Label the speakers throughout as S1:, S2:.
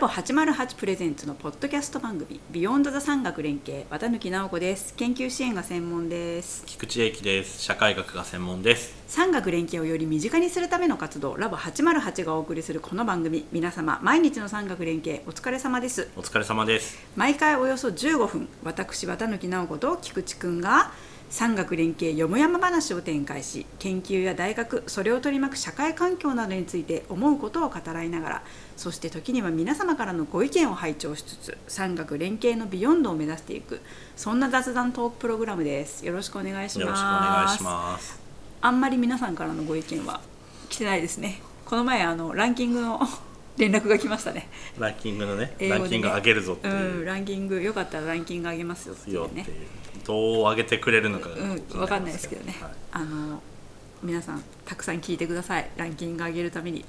S1: ボ808プレゼンツのポッドキャスト番組「ビヨンド・ザ・産学連携」綿貫直子です研究支援が専門です
S2: 菊池英樹です社会学が専門です
S1: 産学連携をより身近にするための活動ラボ808がお送りするこの番組皆様毎日の産学連携お疲れ様です
S2: お疲れ様です
S1: 毎回およそ15分私綿貫直子と菊池くんが産学連携よもやま話を展開し研究や大学それを取り巻く社会環境などについて思うことを語らいながらそして時には皆様からのご意見を拝聴しつつ産学連携のビヨンドを目指していくそんな雑談トークプログラムですよろしくお願いします
S2: よろしくお願いします
S1: あんまり皆さんからのご意見は来てないですねこの前あのランキングの 連絡が来ましたね
S2: ランキングのね
S1: 英語でね
S2: ランキング上げるぞって
S1: う
S2: い
S1: ん、
S2: う、
S1: ランキングよかったらランキング上げますよってい
S2: よっ
S1: う
S2: てい
S1: ね
S2: うどう上げてくれるのかが
S1: うん、
S2: 気
S1: 分かんないですけどね、
S2: はい
S1: あの皆さんたくさん聞いてくださいランキング上げるために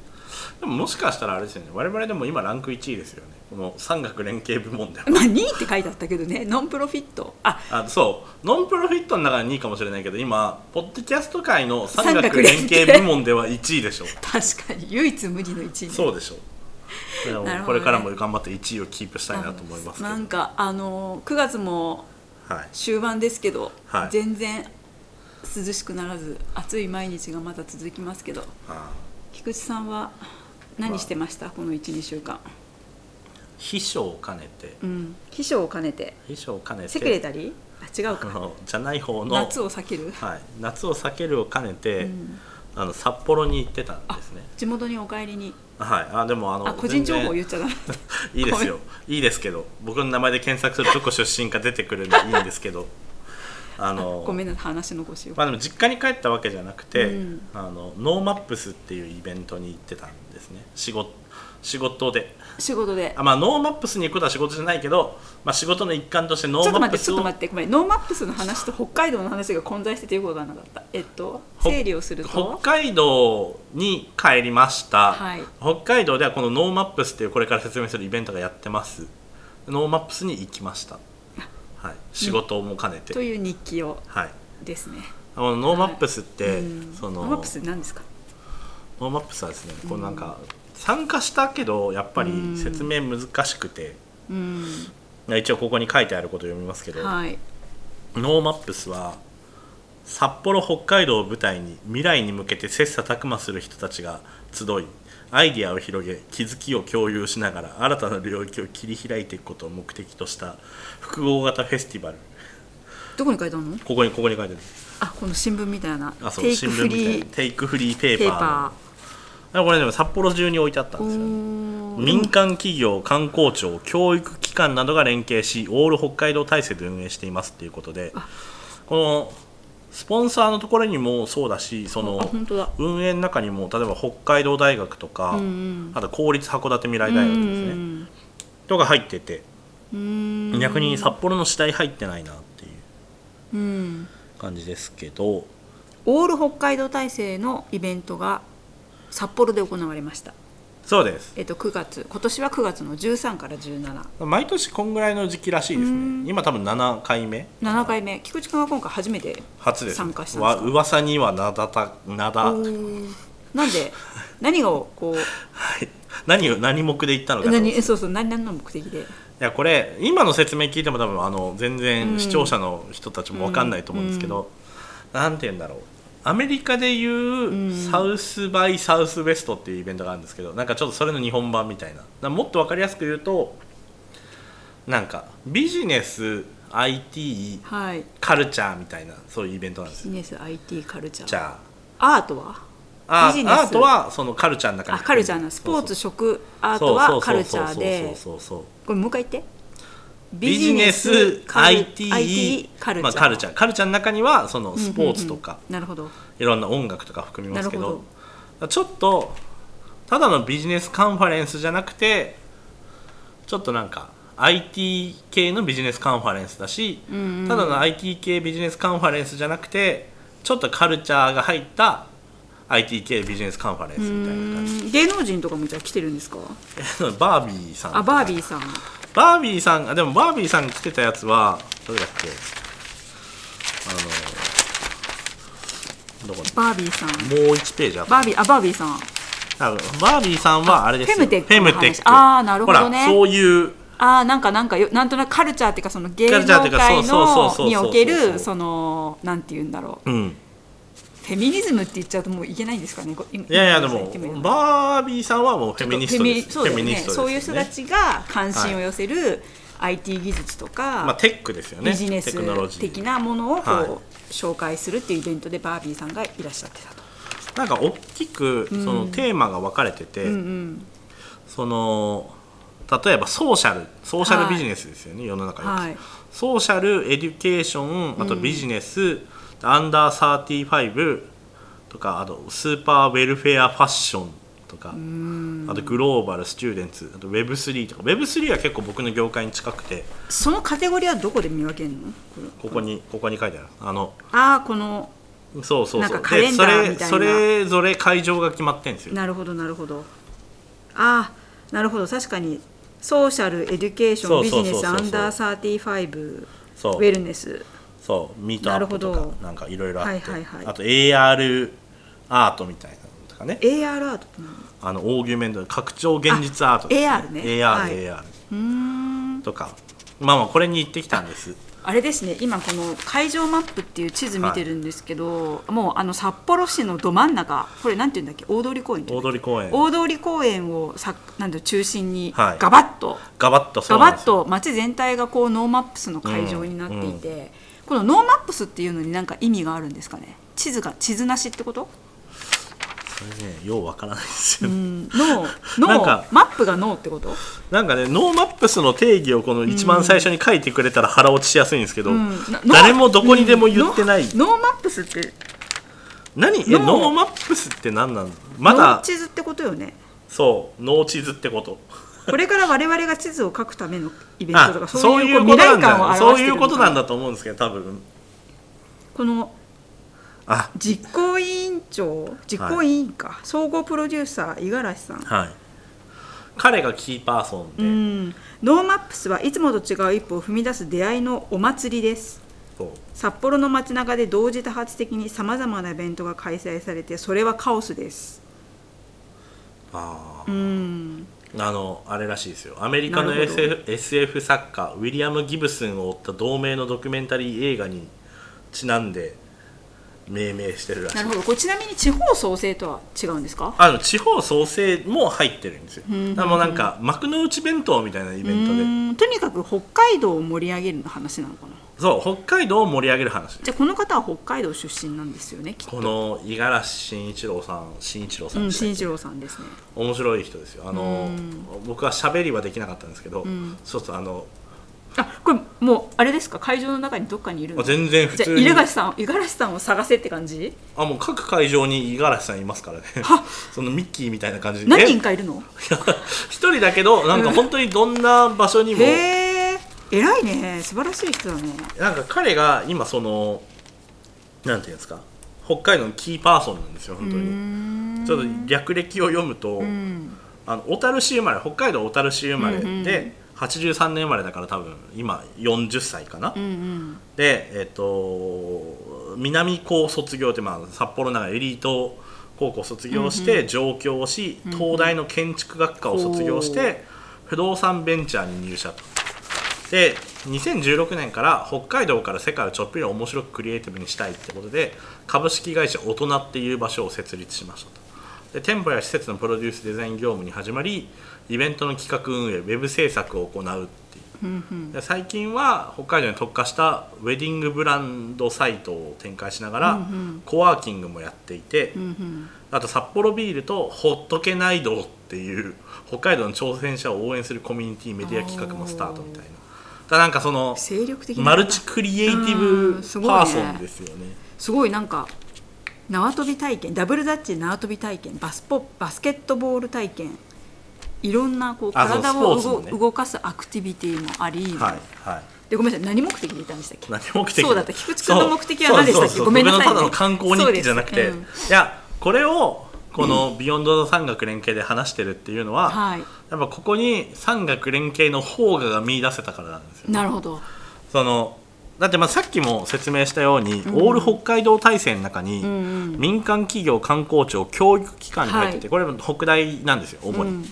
S2: でももしかしたらあれですよね我々でも今ランク1位ですよねこの産学連携部門では
S1: まあ2位って書いてあったけどねノンプロフィットあ
S2: あそうノンプロフィットの中に2位かもしれないけど今ポッドキャスト界の産
S1: 産学
S2: 学
S1: 連
S2: 連
S1: 携
S2: 携部門では1位でしょ
S1: 確かに唯一無二の1位ね
S2: そうでしょだ
S1: な
S2: か
S1: る
S2: ら
S1: ほ
S2: こ
S1: どね
S2: れからも頑張って1位をキープしたいなと思いますけど
S1: なんかあの9月も
S2: はい
S1: 終盤ですけど、
S2: はい
S1: 全然涼しくならず暑い毎日がまだ続きますけど
S2: あー
S1: 菊池さんは何してました、この12週間、
S2: 秘書を兼ねて
S1: うん、秘書を兼ねて
S2: 秘書を兼ねて
S1: セクレタリーあ違う
S2: あ
S1: か
S2: のじゃない方の
S1: 夏を避ける、
S2: はい、夏を避けるを兼ねて、
S1: うん
S2: あの札幌に行ってたんですね
S1: 地元にお帰りに
S2: はいあでもあの
S1: あ個人情報言
S2: 全
S1: っちゃダメ
S2: 然いいですよいいですけど僕の名前で検索するどこ出身か出てくるんでいいんですけどあの
S1: ごめんなさい話の腰を、
S2: まあ、でも実家に帰ったわけじゃなくて、
S1: うん
S2: あのノーマップスっていうイベントに行ってたんですね仕事仕事で
S1: 仕事で
S2: あ、まあ、ノーマップスに行くことは仕事じゃないけど、まあ、仕事の一環としてノ
S1: ちょ
S2: ー
S1: っと
S2: マッ
S1: 待
S2: プ
S1: ってち
S2: ス
S1: ょっ
S2: を
S1: と待ってごめんノーマップスの話と北海道の話が混在しててよくわからなかったえっと
S2: ほ
S1: 整理をする
S2: 北
S1: と
S2: 海道に帰りました、
S1: はい
S2: 北海道ではこのノーマップスっていうこれから説明するイベントがやってますノーマップスに行きました、はい、仕事も兼ねて、
S1: という日記を
S2: はい、
S1: ですね
S2: あのノーマップスって、
S1: うん
S2: その
S1: ノーマップス何ですか
S2: ノーマップスはですねこうなんか参加したけどやっぱり説明難しくて、
S1: うん
S2: 一応ここに書いてあることを読みますけど、
S1: はい
S2: ノーマップスは札幌北海道を舞台に未来に向けて切磋琢磨する人たちが集いアイデアを広げ気づきを共有しながら新たな領域を切り開いていくことを目的とした複合型フェスティバル
S1: どこに書いてあるの
S2: ここにここに書いてある
S1: あこの新聞みたいな
S2: あそう
S1: テイク
S2: 新
S1: フ
S2: 聞みたい
S1: リ
S2: な
S1: ー
S2: テイクフリーペーパ
S1: ペ
S2: ー
S1: ーパ
S2: あこれでも札幌中に置いてあったん
S1: ー
S2: ですよね
S1: おー
S2: 民間企業観光庁教育機関などが連携しオール北海道体制で運営していますということでこのスポンサーのところにもそうだしそ
S1: あ
S2: の
S1: 本当だ
S2: 運営の中にも例えば北海道大学とか、
S1: うんうん
S2: あと公立函館未来大学ですね、とか入ってて
S1: うんうん
S2: 逆に札幌の次第入ってないなってい
S1: う
S2: う
S1: ん
S2: 感じですけど
S1: オール北海道体制のイベントが札幌で行われました。
S2: そうです
S1: えっと9月、今年は9月の13から17、
S2: 毎年こんぐらいの時期らしいですね今多分7回目
S1: 7回目。菊池君は今回初めて。
S2: 初です、ね、
S1: 参加したんです
S2: わ
S1: か
S2: 噂には名だた名だ
S1: なんで 何をこ
S2: はい、何を何目で言った
S1: う
S2: のかとい
S1: 何そうそう何何の目的で
S2: やこれ今の説明聞いても多分あの全
S1: うん
S2: 然視聴者の人たちも分かんないと思うんですけど、なんて言うんだろうアメリカでい
S1: ん
S2: うサウスバイサウスウェストっていうイベントがあるんですけどなんかちょっとそれの日本版みたいななもっと分かりやすく言うとなんかビジネス IT
S1: はい。
S2: カルチャーみたいなそういうイベントなんです
S1: ビジ
S2: よ。
S1: ネス IT カルチャ
S2: じ
S1: ー。
S2: ゃ
S1: アートは？
S2: あ
S1: ビジネス
S2: あアートはそのカルチャーの中に
S1: あカルチャーなスポーツ
S2: そう
S1: 食アー
S2: そう
S1: ト
S2: そ
S1: は
S2: う
S1: カルチャーで。
S2: そうそうそうそうそう
S1: これもう一回言って。
S2: ビジネス
S1: カル
S2: IT,
S1: IT カルチ
S2: ま
S1: ャ
S2: あ、
S1: ー。
S2: カルチャーカルチャーの中にはその
S1: うんうんう
S2: ス
S1: ん
S2: ポーツとか、
S1: なるほど。
S2: いろんな音楽とか含みますけ
S1: なる
S2: ど
S1: ほ
S2: ちょっとただのビジネスカンファレンスじゃなくてちょっとなんか IT 系のビジネスカンファレンスだし、
S1: ん
S2: ただの IT 系ビジネスカンファレンスじゃなくてちょっとカルチャーが入った IT 系ビジネスカンファレンスみたいな感じ
S1: うん芸能人とかもじゃあ来てるんですか？
S2: バービーさんとか
S1: あバービーさん。
S2: バービーさんあでもバービーさん来てたやつはどれだっけあのどこに
S1: バービーさん。
S2: もう1ページあった
S1: バービーあバービーさん。
S2: 多分バービーさんはあれですよ
S1: フェムテックの話
S2: フェムテック
S1: あーなるほどね
S2: ほらそういう
S1: あーなんかなんかよなんとなくカルチャーっていうかその芸
S2: カ
S1: 能
S2: ルチャーっていうか
S1: 界
S2: そう
S1: の
S2: そうそうそうそう
S1: におけ
S2: そうそうそ
S1: る
S2: う
S1: そのなんて言うんだろう
S2: うん
S1: フェミニズムって言っちゃうともういけないんですかねこ今
S2: いやいやで
S1: ごめんな
S2: も
S1: さ言ってみるの
S2: バービーさんはもうフ
S1: ちょ
S2: ェ
S1: っ
S2: ミ
S1: と
S2: ニストです
S1: フェミそうだよね
S2: フェミニストです
S1: そういう人たちが関心を寄せる IT 技術とか、
S2: まあテックですよね
S1: ビジネス
S2: テクノロジー
S1: 的なものをこう、
S2: はい
S1: 紹介するっていうイベントでバービーさんがいらっしゃってたと。
S2: なんか大きくそのテーマが分かれてて、その例えばソーシャルソーシャルビジネスですよね、世の中に、
S1: はい
S2: ソーシャルエデュケーションあとビジネス、アンダー35とかあとスーパーウェルフェアファッションとか、あとグローバルスチューデンツあと Web3 とか Web3 は結構僕の業界に近くて
S1: そのカテゴリーはどこで見分けるのこれ
S2: ここに、ここに書いてあるあの
S1: ああこの
S2: そうそう
S1: なん
S2: そ
S1: か
S2: う
S1: カレンダーみたいな
S2: それそれぞれ会場が決まってんですよ
S1: なるほどなるほどああなるほど確かにソーシャルエデュケーショ
S2: そ
S1: ン
S2: う
S1: ビ
S2: そ
S1: ジ
S2: うそう
S1: ネ
S2: そう
S1: スアンダー35
S2: そう
S1: ウェルネス
S2: そうミートアップと
S1: なるほ
S2: か
S1: ど
S2: なんかいろいろあって、
S1: はいはいはい
S2: あと AR アートみたいなのとかね
S1: AR アートって何
S2: あのオーギュメント拡張現実アート
S1: あ AR ね
S2: AR、
S1: はい
S2: AR とかまあまあこれに行ってきたんです
S1: あれですね今この海上マップっていう地図見てるんですけど、もうあの札幌市のど真ん中これなんていうんだっけ大通公園っていうんだっ
S2: 大通公園
S1: け大通公園をさなんだろう中心に
S2: は
S1: ガ
S2: い
S1: バッと、
S2: ガバッと
S1: ガ
S2: そうなん
S1: バ
S2: で
S1: ッ
S2: すよ
S1: と街全体がこうノーマップスの会場になっていて、このノーマップスっていうのになんか意味があるんですかね地図が地図なしってこと
S2: それねようわからないですよ、ね
S1: うんノー
S2: な
S1: ノ
S2: んか
S1: ーマップがノーってこと
S2: なんかねノーマップスの定義をこの一番最初に書いてくれたら腹落ちしやすいんですけど、
S1: うんなノー
S2: 誰もどこにでも言ってない、
S1: うんノーノーマップスって
S2: 何え
S1: ノー
S2: ノーマップスって何なのま
S1: ノー
S2: だ
S1: 地図ってことよね
S2: そうノー地図ってこと
S1: これから我々が地図を書くためのイベント と
S2: あ
S1: か
S2: そ
S1: そうう
S2: い
S1: いうう
S2: こ
S1: ことう
S2: なん
S1: 未来感を
S2: だ
S1: 表
S2: そ
S1: し
S2: う
S1: て
S2: い
S1: る
S2: う
S1: の
S2: こと
S1: か
S2: なんだと思うんですけど多分
S1: この
S2: あ
S1: 実行委員長実行委員か、総合プロデューサー五十嵐さん、
S2: はい彼がキーパーソンで、
S1: うん、ノーマップスはいつもと違う一歩を踏み出す出会いのお祭りです
S2: そう
S1: 札幌の街中で同時多発的にさまざまなイベントが開催されてそれはカオスです
S2: あー
S1: うん
S2: あのあれらしいですよアメリカの
S1: なるほど
S2: SF, SF 作家ウィリアム・ギブスンを追った同名のドキュメンタリー映画にちなんで命名してるらしい
S1: なるほどこれちなみに地方創生とは違うんですか
S2: あの地方創生も入ってるんですよ、
S1: ん
S2: あのなんか幕の内弁当みたいなイ
S1: う
S2: ベントで、
S1: んとにかく北海道を盛り上げるの話なのかな
S2: そう北海道を盛り上げる話
S1: じゃあこの方は北海道出身なんですよねきっと
S2: この五十嵐慎一郎さん慎一郎さ
S1: うん
S2: で
S1: ん
S2: したっけ
S1: 新一郎さんですね
S2: 面白い人ですよあの、僕は喋りはできなかったんですけど、そうそうあの
S1: あこれもうあれですか会場の中にどっかにいるの
S2: あ全然普
S1: じゃあ
S2: 通
S1: 五
S2: に
S1: 十嵐さん五十嵐さんを探せって感じ
S2: あもう各会場に五十嵐さんいますからねそのミッキーみたいな感じで
S1: 何人
S2: か
S1: かいるの
S2: 一人だけどなんか本当にどんな場所にも
S1: へえ偉いね素晴らしい人だね
S2: なんか彼が今そのなんていうんですか北海道のキーパーソンなんですよ本当にちょっと略歴を読むと、
S1: うん
S2: あの小樽市生まれ北海道小樽市生まれで、
S1: うんうん
S2: 83年生まれだから多分今40歳かな、
S1: うんうん
S2: で、えっと南高卒業って、まあ、札幌の中でエリート高校卒業して上京をし、東大の建築学科を卒業して、
S1: お
S2: 不動産ベンチャーに入社とで2016年から北海道から世界をちょっぴり面白くクリエイティブにしたいってことで株式会社大人っていう場所を設立しましたと。で店舗や施設のプロデュースデザイン業務に始まりイベントの企画運営ウェブ制作を行うっていう
S1: うんうん
S2: で最近は北海道に特化したウェディングブランドサイトを展開しながら、コワーキングもやっていて、
S1: うん
S2: あと札幌ビールとほっとけない道っていう北海道の挑戦者を応援するコミュニティメディア企画もスタートみたいなだからなんかその
S1: 精力的な
S2: マルチクリエイティブ
S1: うんすごいね
S2: パーソンですよね
S1: すごいなんか縄跳び体験ダブルダッチ縄跳び体験バスポバスケットボール体験いろんなこう
S2: あそう
S1: 体を
S2: スポー
S1: 動,、
S2: ツもね
S1: 動かすアクティビティもあり、
S2: はいはい
S1: でごめんなさい何目的でいたんでしたっけ
S2: 何目的
S1: そうだった菊池君の目的は何でしたっけ
S2: そうそうそう
S1: ごめんなさいね
S2: 僕のただの観光日記じゃなくて、
S1: そうで
S2: いやこれをこの「ビヨンドの産学連携」で話してるっていうのは、
S1: はい
S2: やっぱここに産学連携の方がが見出せたからなんですよ
S1: なるほど
S2: そのだってまあさっきも説明したように、オール北海道体制の中に、
S1: ん
S2: 民間企業観光庁教育機関に入ってて、これも北大なんですよ主に、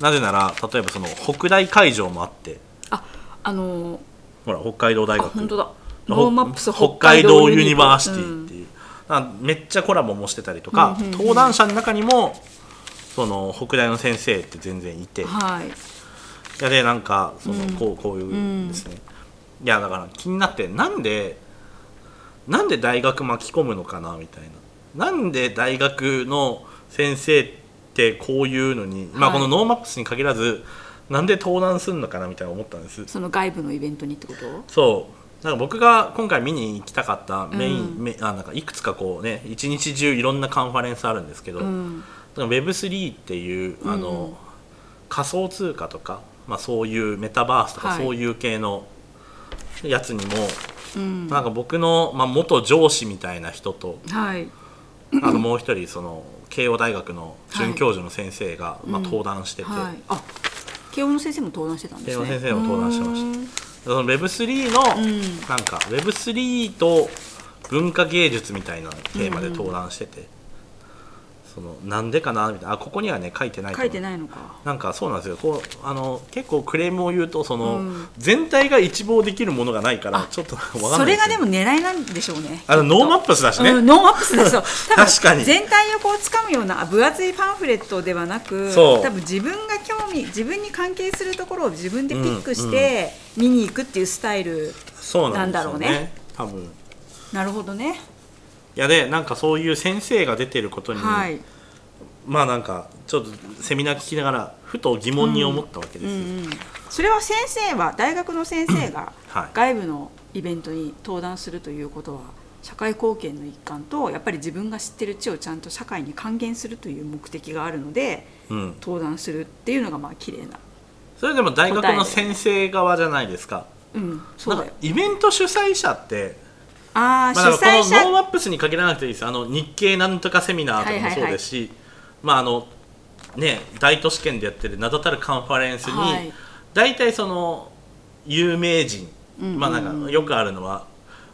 S2: なぜなら例えばその北大会場もあって
S1: ああのー
S2: ほら北海道大
S1: あ
S2: 学
S1: 本当だ
S2: ほ
S1: ノーマップス
S2: 北海道ユニバーシテ
S1: う
S2: ィっ
S1: ん
S2: ていう、あめっちゃコラボもしてたりとか、登壇者の中にもその北大の先生って全然いて、
S1: はい
S2: いやでなんかその、こうこういうですね、いやだから気になってなんでなんで大学巻き込むのかなみたいななんで大学の先生ってこういうのに、まあ
S1: はい
S2: このノーマップスに限らずなんで登壇するのかなみたいな思ったんです
S1: その外部のイベントにってこと
S2: そうなんか僕が今回見に行きたかったメイン、
S1: う
S2: めあなんかいくつかこうね一日中いろんなカンファレンスあるんですけど、
S1: うん
S2: だから Web3 っていうあの、
S1: うん
S2: 仮想通貨とか、まあ、そういうメタバースとか、
S1: はい
S2: そういう系のやつにも、
S1: うん
S2: なんか僕の、まあ、元上司みたいな 人と
S1: はい
S2: あのもう一人その慶応大学の准教授の先生が、まあ、登壇してて、
S1: はいあ慶応の先生も登壇してたんですね
S2: 慶応の先生も登壇してましたその Web3 の、
S1: ん
S2: なんか Web3 と文化芸術みたいなテーマで登壇してて、そのなんでかなみたいなあここにはね書いてないと
S1: 書
S2: 思う
S1: いてないのか
S2: なんかそうなんですよこうあの結構クレームを言うとそ
S1: う
S2: の、
S1: ん
S2: 全体が一望できるものがないから
S1: あ
S2: ちょっと わかんない
S1: それがで
S2: よ
S1: も狙いなんでしょうね
S2: あのノーマッ
S1: プ
S2: プスだしね、
S1: うん、ノーマップス でしょ多分
S2: 確かに
S1: 全体をこう掴むような分厚いパンフレットではなく
S2: そう
S1: 多分自分が興味自分に関係するところを自分でピックして見に行くっていうスタイル、
S2: そうなんです
S1: な
S2: よ
S1: ん
S2: ね
S1: だろうね
S2: 多分い
S1: なるほどね
S2: やでなんかそういう先生が出てることに、
S1: はい、
S2: まあなんかちょっとセミナー聞きながらふと疑問に思ったわけです
S1: う
S2: よ、
S1: んうん、それは先生は大学の先生が
S2: はい
S1: 外部のイベントに登壇するということは社会貢献の一環とやっぱり自分が知ってる知をちゃんと社会に還元するという目的があるので
S2: うん、
S1: 登壇するっていうのがまあ綺麗な、
S2: それでも大学の先生側じゃないですか
S1: うん、そ
S2: なん
S1: うだ
S2: か
S1: よ
S2: イベント主催者って、
S1: ああ、
S2: まあ、なん
S1: 主
S2: かこ
S1: 催
S2: のノー
S1: 者
S2: マップスに限らなくていいですあの日経なんとかセミナーとかもそうですし、まああのね大都市圏でやってる名だたるカンファレンスに、
S1: はい
S2: 大体その有名人、
S1: うんうん
S2: まあなんかよくあるのは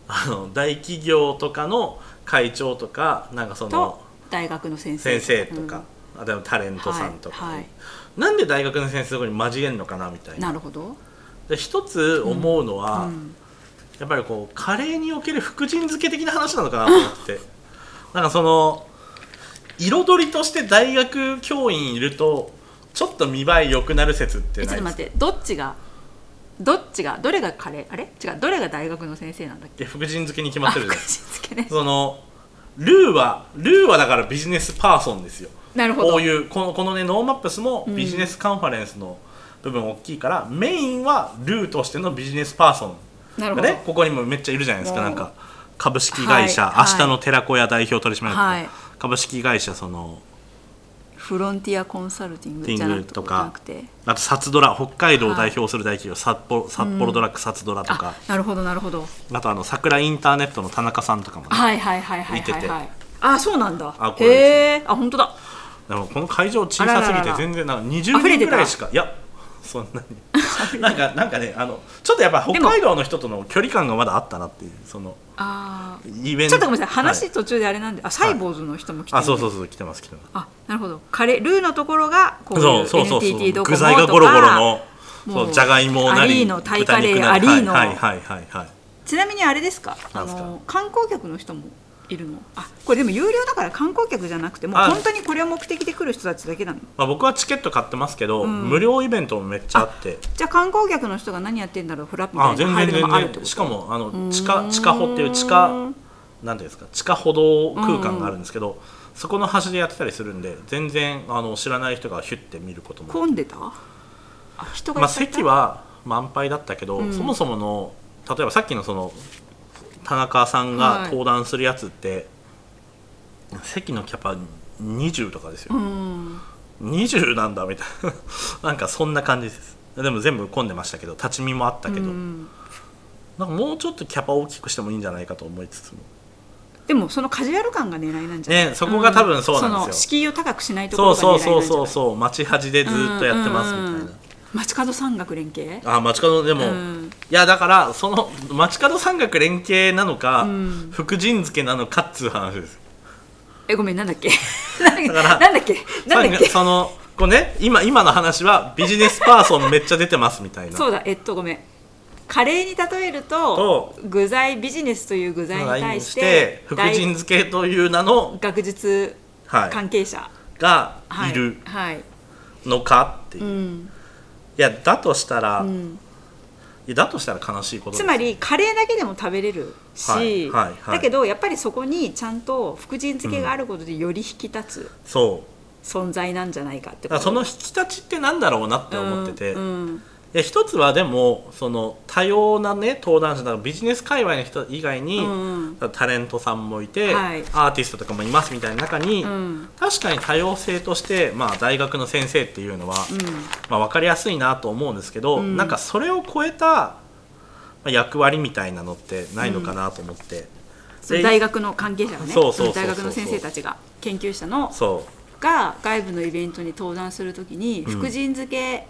S2: あの大企業とかの会長とかなんかそ
S1: と
S2: の
S1: 大学の先生
S2: 先生とか、あでもタレ
S1: う
S2: ン
S1: ん
S2: トさんとか、
S1: はいはい
S2: なんで大学の先生とかに交えるのかなみたいな
S1: なるほど、
S2: で一つ思うのは、
S1: うん
S2: やっぱりこうカレーにおける福神漬け的な話なのかなと思って なんかその彩りとして大学教員いるとちょっと見栄え良くなる説って
S1: えちょ
S2: な
S1: っ
S2: い
S1: と
S2: です
S1: 待
S2: か
S1: ってどっちがどっちがどれがカレーあれ違うどれが大学の先生なんだっけ
S2: いや福神漬けに決まってるじゃ
S1: あ
S2: ない
S1: 福神漬けね
S2: そのルーはルーはだからビジネスパーソンですよ
S1: なるほど
S2: こういうこのこのねノーマップスもビジネスカンファレンスの部分大きいから、メインはルーとしてのビジネスパーソン
S1: なるほど
S2: ね、ここにもめっちゃいるじゃないですか、
S1: うん
S2: なんか株式会社、
S1: はいはい
S2: 明日の寺子屋代表取締役、
S1: はい
S2: 株式会社その
S1: フロンティアコンサルティングじゃなくて
S2: ティングとか
S1: じゃなくて
S2: あと札ドラ北海道を代表する大企業、札幌札幌ドラッグ札ドラとか
S1: あ、なるほどなるほど
S2: あとあの桜インターネットの田中さんとかも、ね
S1: はいはいはいはい
S2: 見て
S1: はい
S2: て
S1: はいあそうなんだ
S2: あこれです
S1: へえあ本当だ
S2: でもこの会場小さすぎ
S1: あららら
S2: て
S1: ら
S2: 全然なんか
S1: あ
S2: 20
S1: ふれ
S2: 人
S1: て
S2: ぐ
S1: た
S2: らいしかいやそんな になんかなんかねあのちょっとやっぱ北海道の人との距離感がまだあったなっていうその
S1: あー
S2: イベント
S1: ちょっとごめんなさい
S2: は
S1: 話途中であれなんで、あサイボーズの人も来てる
S2: あそうそうそう来てます来てます
S1: あなるほどカレールーのところがこういう
S2: そうそうそうそう
S1: NTT ドコ
S2: 具
S1: モとか
S2: 材がゴロゴロの
S1: もう
S2: そうじゃがいもな
S1: アリー
S2: り
S1: ノタイカレー
S2: 豚肉なり
S1: ア
S2: はい
S1: リーノ
S2: はいはいはい
S1: ちなみにあれですか
S2: な
S1: あ
S2: んすか
S1: の観光客の人もいるのあこれでも有料だから観光客じゃなくてもう
S2: あ
S1: 本当にこれを目的で来る人たちだけなの
S2: まあ、僕はチケット買ってますけど、無料イベントもめっちゃあって
S1: じゃあ観光客の人が何やってんだろうフラップみ
S2: あ
S1: たい
S2: 全
S1: な入るの
S2: 然全
S1: もあるってこ
S2: 然
S1: と
S2: しかもあの地下地下歩っていう地下なんていうんですか地下歩道空間があるんですけど、そこの端でやってたりするんで全然あの知らない人がヒュッて見ることも、
S1: 混んでたあ人がい
S2: まあ、
S1: っぱいいた
S2: 席は満杯だったけど、そもそもの例えばさっきのその田中さん
S1: は
S2: が
S1: い
S2: 登壇するやつって、席のキャパ20とかですよ、
S1: うん
S2: 20なんだみたいな なんかそんな感じですでも全部混んでましたけど立ち見もあったけど、
S1: うん
S2: なんかもうちょっとキャパ大きくしてもいいんじゃないかと思いつつも
S1: でもそのカジュアル感が狙いなんじゃない、
S2: ねそこが多分そうなんですよ
S1: その敷居を高くしないとこ
S2: そ
S1: ろが狙
S2: う
S1: いな
S2: そ
S1: ん
S2: う
S1: じゃないう
S2: そそうそう街端でずっとやってますみたいな、
S1: うんうんうん街角山岳連携
S2: あ街角でも、
S1: うん
S2: いやだからその街角山岳連携なのか、
S1: うん
S2: 福神漬けなのかっつう話です
S1: えごめんなんだっ けなん
S2: だから
S1: だっけなんだっけ
S2: 山岳そのこうね今今の話はビジネスパーソンめっちゃ出てますみたい な
S1: そうだえっとごめんカレーに例えると
S2: と
S1: 具材ビジネスという具材に対し
S2: して
S1: て
S2: 福神漬けという名の
S1: 大学術
S2: はい
S1: 関係者、
S2: が
S1: はい
S2: る
S1: はい、
S2: のかっていう、
S1: う
S2: い
S1: ん
S2: やだとしたら、
S1: う
S2: い
S1: ん、
S2: やだとしたら悲しいこと
S1: つ
S2: です
S1: まりカレーだけでも食べれるし、
S2: はいはいはい
S1: だけどやっぱりそこにちゃんと福神漬けがあることでより引き立つ
S2: そう
S1: 存在なんじゃないかってこ
S2: だから
S1: と
S2: その引き立ちってなんだろうなって思ってて、
S1: うんうん
S2: いや一つはでもその多様なね登壇者だからビジネス界隈の人以外に、
S1: うんうん
S2: タレントさんもいて、
S1: はい
S2: アーティストとかもいますみたいな中に、
S1: うん
S2: 確かに多様性として、まあ、大学の先生っていうのは、
S1: うん
S2: まあ、分かりやすいなと思うんですけど、
S1: うん
S2: なんかそれを超えたまあ役割みたいなのってないのかなと思って、
S1: その大学の関係者がね
S2: そうそうそうそう
S1: 大学の先生たちが研究者の
S2: そ
S1: が外部のイベントに登壇するときに福神漬け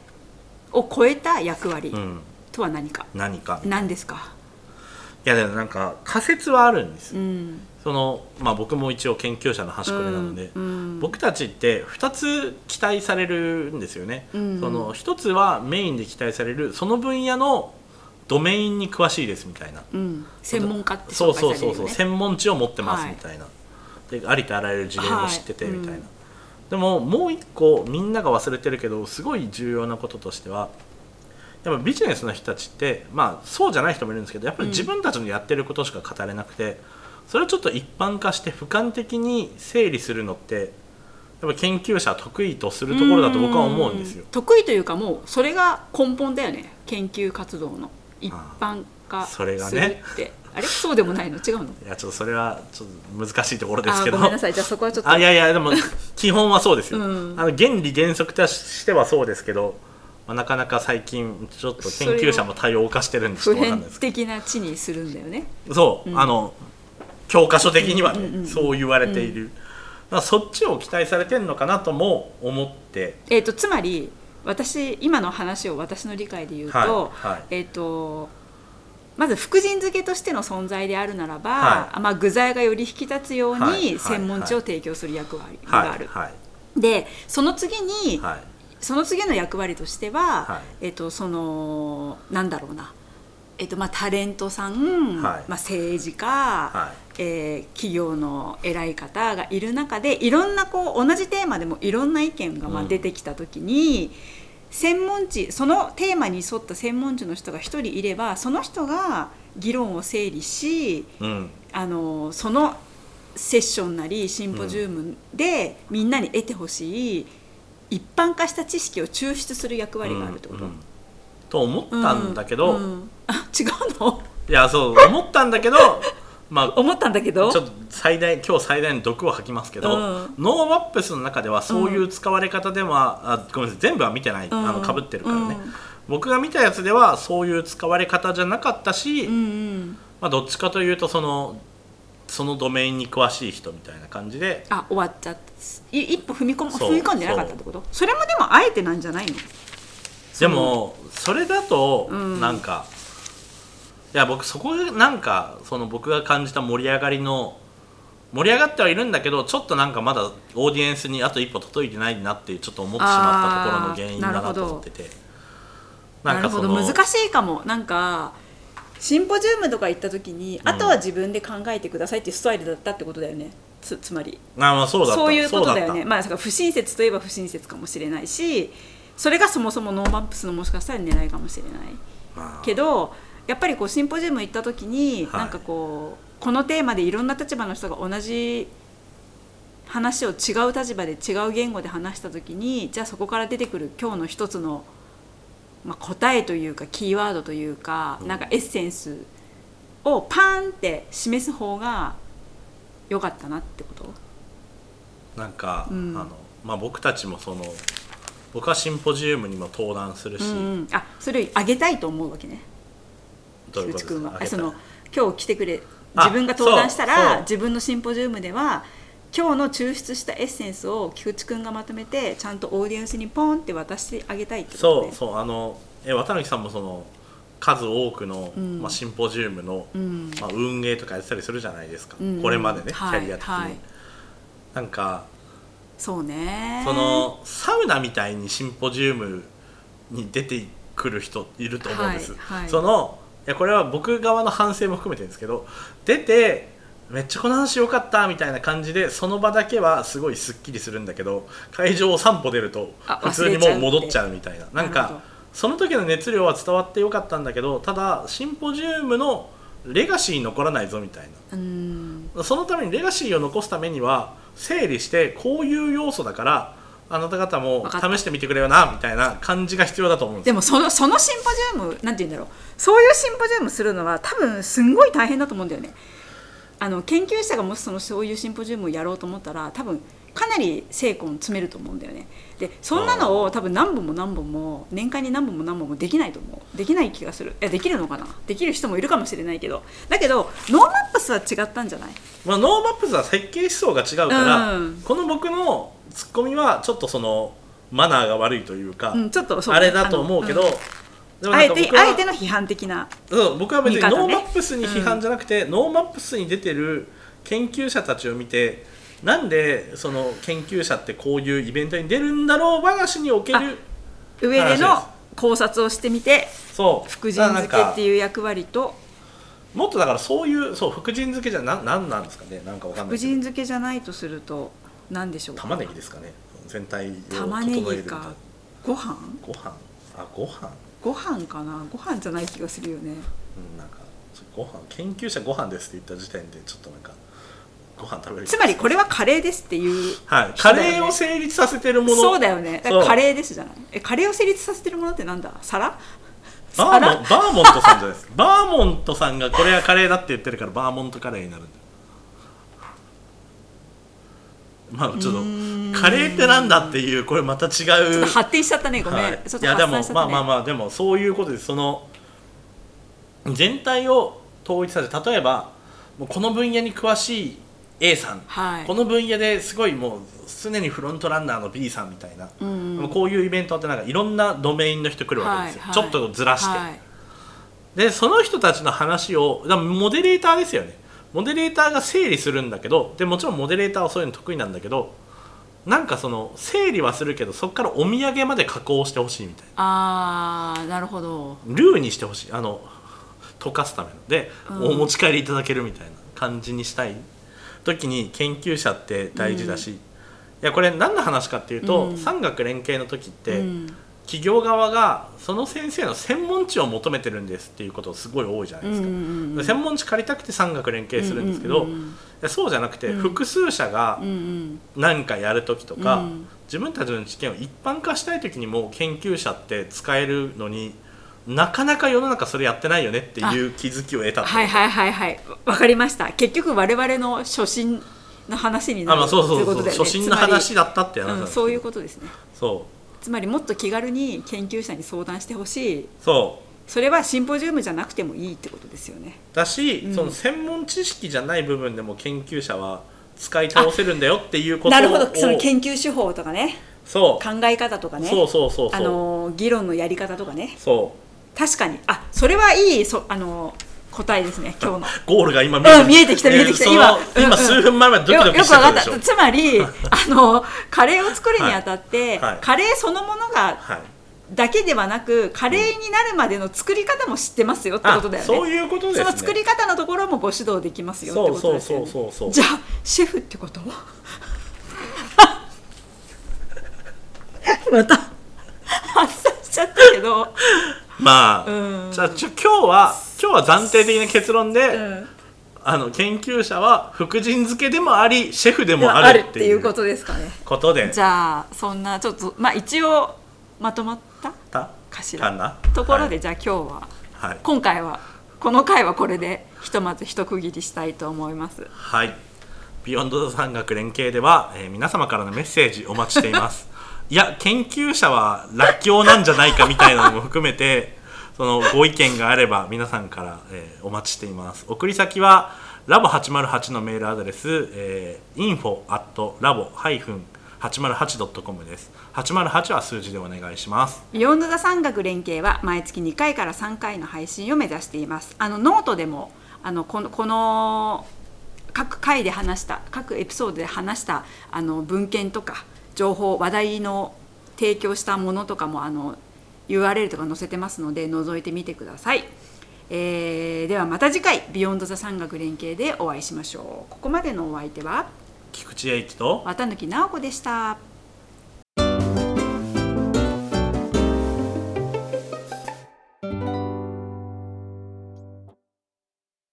S1: を超えた役割
S2: う、うん、
S1: とは何か、
S2: 何かい
S1: 何ですか、
S2: やでもなんか仮説はあるんですよ、
S1: うん、
S2: そのまあ、僕も一応研究者の端くれなので、
S1: うん
S2: 僕たちって2つ期待されるんですよね、
S1: うん
S2: その1つはメインで期待されるその分野のドメインに詳しいですみたいな
S1: うん、専門家って
S2: そ
S1: 紹介
S2: うそう
S1: される
S2: そ
S1: よ
S2: うそう
S1: ね
S2: 専門知を持ってます
S1: はい
S2: みたいな、でありとあらゆる事例も知ってて
S1: はい
S2: みたいな、でももう1個みんなが忘れてるけどすごい重要なこととしてはやっぱビジネスの人たちって、まあ、そうじゃない人もいるんですけどやっぱり自分たちのやってることしか語れなくて、それをちょっと一般化して俯瞰的に整理するのってやっぱ研究者得意とするところだと僕は思うんですよ
S1: う。得意というかもうそれが根本だよね研究活動の一般化
S2: あそれが
S1: する
S2: ね
S1: ってあれそうでもないの違うの
S2: いやちょっとそれはちょっと難しいところです
S1: あ
S2: けど
S1: ごめんなさいじゃあそこはちょっと
S2: あいやいやでも基本はそうですよ、
S1: うん
S2: あの原理原則としてはそうですけど、まあ、なかなか最近ちょっと研究者も多様化してるんでちょ
S1: 普
S2: っとわか
S1: 遍
S2: んないですけ
S1: 的な地にするんだよね
S2: どそう、
S1: うん
S2: あの教科書的にはね、
S1: うんうんうん
S2: そう言われている、だからそっちを期待されてるのかなとも思って
S1: えー、とつまり私今の話を私の理解で言うと,、
S2: はいはい
S1: えー、とまず福神漬けとしての存在であるならば、
S2: は
S1: まあ、具材がより引き立つよう
S2: はいはい
S1: に専門知を提供する役割
S2: はい
S1: がある。
S2: はい
S1: でその次に、
S2: はい
S1: その次の役割としては、
S2: は
S1: えっとそのなんだろうな、えっとまあ、タレントさん、
S2: はい
S1: まあ、政治家、
S2: は
S1: えー企業の偉い方がいる中でいろんなこう同じテーマでもいろんな意見がまあ
S2: うん
S1: 出てきた時に、専門知そのテーマに沿った専門知の人が一人いればその人が議論を整理し
S2: うん
S1: あのそのセッションなりシンポジウムでみんなに得てほしい一般化した知識を抽出する役割があるってこと、
S2: うんうんと思ったんだけど、
S1: うんうんあ違う の
S2: いやそう思ったんだけどまあ
S1: 思ったんだけど
S2: ちょっと最大今日最大の毒を吐きますけど、
S1: うん
S2: ノーマップスの中ではそういう使われ方では、あごめんなさい全部は見てない、
S1: ん
S2: あの被ってるからね、
S1: うん
S2: 僕が見たやつではそういう使われ方じゃなかったし、
S1: うんうん、
S2: まあ、どっちかというとそのそのドメインに詳しい人みたいな感じで
S1: あ終わっちゃったい一歩踏み込む
S2: そう
S1: 踏み込んでなかったってことそれもでもあえてなんじゃないの
S2: でもそれだと
S1: うん
S2: なんか、いや僕そこなんかその僕が感じた盛り上がりの盛り上がってはいるんだけどちょっとなんかまだオーディエンスにあと一歩届いてないなってちょっと思ってしまったところの原因だ
S1: あーな
S2: な
S1: るほど
S2: と思ってて
S1: なるほど難
S2: い
S1: しいかもなんかシンポジウムとか行った時に、あとは自分で考えてくださいっていうスタイルだったってことだよねつつまり
S2: あまあそうだった
S1: そういうことだ
S2: そ
S1: よ
S2: う
S1: ね
S2: っ
S1: まあだから不親切といえば不親切かもしれないしそれがそもそもノーマップスのもしかしたら狙いかもしれない
S2: たまあ
S1: けどやっぱりこうシンポジウム行った時に、
S2: はい
S1: なんかこうこのテーマでいろんな立場の人が同じ話を違う立場で違う言語で話した時にじゃあそこから出てくる今日の一つの、まあ、答えというかキーワードというか、
S2: うん
S1: なんかエッセンスをパーンって示す方が良かったなってこと
S2: なんか、
S1: うん
S2: あのまあ、僕たちもその僕はシンポジウムにも登壇するし、
S1: うんうん、あそれをあげたいと思うわけね
S2: どういう
S1: 菊池
S2: ことです
S1: 君は
S2: か
S1: あその
S2: あ
S1: 今日来てくれ
S2: あ
S1: 自分が登壇した
S2: そうそ
S1: ら
S2: う
S1: 自分のシンポジウムでは今日の抽出したエッセンスを菊池くんがまとめてちゃんとオーディエンスにポンって渡してあげたいってこと
S2: そ
S1: ね
S2: うそうあのえ綿貫さんもその数多くの、
S1: うん
S2: まあ、シンポジウムの、
S1: うん
S2: まあ、運営とかやってたりするじゃないですか、
S1: うん
S2: これまでね、
S1: はい
S2: キャリア的に、
S1: はい
S2: なんか
S1: そうね
S2: そのサウナみたいにシンポジウムに出てくる人いると思うんです、
S1: はいはい
S2: そのいやこれは僕側の反省も含めてですけど出てめっちゃこの話良かったみたいな感じでその場だけはすごいすっきりするんだけど会場を散歩出ると
S1: あ
S2: 普通に
S1: 忘れち
S2: も
S1: ゃう
S2: う
S1: って
S2: 戻っちゃうみたいななん
S1: なるほど
S2: かその時の熱量は伝わって良かったんだけどただシンポジウムのレガシーに残らないぞみたいな
S1: うん
S2: そのためにレガシーを残すためには整理してこういう要素だからあなた方も
S1: わかった
S2: 試してみてくれよなみたいな感じが必要だと思うんです
S1: でもそのそのシンポジウムなんて言うんだろうそういうシンポジウムするのは多分すんごい大変だと思うんだよねあの研究者がもしそのそういうシンポジウムをやろうと思ったら多分かなり精魂詰めると思うんだよねでそんなのを多分何本も何本も年間に何本も何本もできないと思うできない気がするいやできるのかなできる人もいるかもしれないけどだけどノーマップスは違ったんじゃない
S2: まあ、ノーマップスは設計思想が違うから、
S1: うん
S2: この僕のツッコミはちょっとそのマナーが悪いというか、
S1: うんちょっとそう
S2: あれだと思うけど、
S1: あの
S2: で
S1: うん
S2: もな
S1: あ
S2: ん
S1: え
S2: か
S1: て
S2: 僕
S1: あえての
S2: は
S1: 批判的な
S2: うん僕は別に
S1: 見方ね
S2: ノーマップスに批判じゃなくて、ノーマップスに出てる研究者たちを見てなんでその研究者ってこういうイベントに出るんだろう話における
S1: 上で
S2: 話で
S1: の考察をしてみて
S2: そう
S1: 福神漬けって
S2: う
S1: いう役割と
S2: もっとだからそういうそう福神漬けじゃななんなんですかねなんかわかん
S1: 福
S2: ないけ
S1: 神
S2: ど
S1: 漬けじゃないとすると何でしょうか
S2: 玉ねぎですかね全体を
S1: 玉
S2: 整え
S1: ね
S2: るみたい
S1: ぎ
S2: な
S1: かご飯
S2: ご飯あご飯
S1: ご飯かなご飯じゃない気がするよね
S2: うんなんかそうご飯研究者ご飯ですって言った時点でちょっとなんかご飯食べる
S1: つまりこれはカレーですっていう
S2: はい
S1: 人
S2: カ
S1: だよね
S2: レーを成立させてるもの
S1: そうだよねだから
S2: そう
S1: カレーですじゃないえカレーを成立させてるものってなんだ皿
S2: バーモンバーモントさんじゃないですか バーモントさんがこれはカレーだって言ってるからバーモントカレーになるんだよまあちょっとカレーってなんだっていうこれまた違う
S1: ちょっと発展しちゃったねごめん、
S2: はい、
S1: ちょっ
S2: い
S1: と
S2: や
S1: 発
S2: で
S1: 散
S2: も
S1: しちゃったね
S2: まあまあまあでもそういうことですその全体を統一させて例えばもうこの分野に詳しい A さん、
S1: はい
S2: この分野ですごいもう常にフロントランナーの B さんみたいな、
S1: うん
S2: もうこういうイベントってなんかいろんなドメインの人来るわけですよ、ちょっとずらして、
S1: はい
S2: でその人たちの話をだからモデレーターですよねモデレーターが整理するんだけどでもちろんモデレーターはそういうの得意なんだけどなんかその整理はするけどそこからお土産まで加工してほしいみたい
S1: あーなるほど
S2: なルーにしてほしいあの溶かすためので、
S1: うん
S2: お持ち帰りいただけるみたいな感じにしたい時に研究者って大事だし、いやこれ何の話かっていうと、
S1: うん
S2: 産学連携の時って、
S1: うん
S2: 企業側がその先生の専門知を求めてるんですっていうことすごい多いじゃないですか、
S1: うんうんうんうん
S2: 専門知借りたくて産学連携するんですけど、
S1: うんうんうんうん
S2: いやそうじゃなくて複数社が
S1: うんうん
S2: 何かやる時とか、
S1: うん
S2: 自分たちの知見を一般化したい時にも研究者って使えるのになかなか世の中それやってないよねっていう気づきを得たってこと
S1: はいはいはいはいわかりました結局我々の初心の話にな
S2: あ
S1: る
S2: まあそう
S1: と
S2: そ
S1: いううこ
S2: そ
S1: と
S2: う、
S1: だよね
S2: 初心の話
S1: だ
S2: だったって話なん
S1: う
S2: で
S1: ん、
S2: すけど
S1: そういうことですね
S2: そう
S1: つまりもっと気軽に研究者に相談してほしい
S2: そう
S1: それはシンポジウムじゃなくてもいいってことですよね
S2: だし、
S1: ん
S2: その専門知識じゃない部分でも研究者は使い倒せるんだよっていうことを
S1: なるほどその研究手法とかね
S2: そ
S1: 考え方とか
S2: う、
S1: ね
S2: そうそうそうそ
S1: あ
S2: う
S1: のー議論のやり方とかね
S2: そう
S1: 確かにあそれはいいそあのー答えですね今日の
S2: ゴールが今
S1: うん見えてきた見えてきた
S2: その
S1: 今うんうん
S2: 今数分前までドキドキ
S1: よ
S2: し
S1: く
S2: て
S1: わか
S2: た
S1: っ
S2: でしょ
S1: たつまりあのカレーを作るにあたって、
S2: はいはい
S1: カレーそのものが
S2: はい
S1: だけではなくカレーになるまでの作り方も知ってますよって
S2: あ
S1: ことだよね
S2: そういうことですね
S1: その作り方のところもご指導できますよって
S2: そう
S1: ことで
S2: そう
S1: すよ
S2: そ
S1: ね
S2: うそうそう
S1: じゃあシェフってことまた 発散しちゃったけど
S2: まあ、
S1: うん
S2: じゃあちょ今日は今日は暫定的な結論で、
S1: うん
S2: あの研究者は福神漬けでもありシェフでもあ
S1: あ
S2: る
S1: る
S2: っ
S1: ってて
S2: い
S1: いうう
S2: こ
S1: こととですかね
S2: で
S1: じゃあそんなちょっとまあ一応まとまった
S2: た
S1: かしら
S2: かな
S1: ところで、
S2: はい
S1: じゃあ今日は
S2: はい、
S1: 今回はこの回はこれでひとまず一区切りしたいと思います
S2: はい。ビヨンド山岳連携では、えー皆様からのメッセージお待ちしています。いや、研究者はらっきょうなんじゃないかみたいなのも含めて、そのご意見があれば皆さんから、えーお待ちしています。送り先は、ラボ808のメールアドレス、えー、info.labo-808.com です808は数字でお願いします
S1: ビヨンドザ産学連携は毎月2回から3回の配信を目指しています。あのノートでもあのこのこの各回で話した各エピソードで話したあの文献とか情報話題の提供したものとかもあの URL とか載せてますので覗いてみてください。えーではまた次回ビヨンドザ産学連携でお会いしましょう。ここまでのお相手は
S2: 菊池英一と
S1: 綿貫直子でした。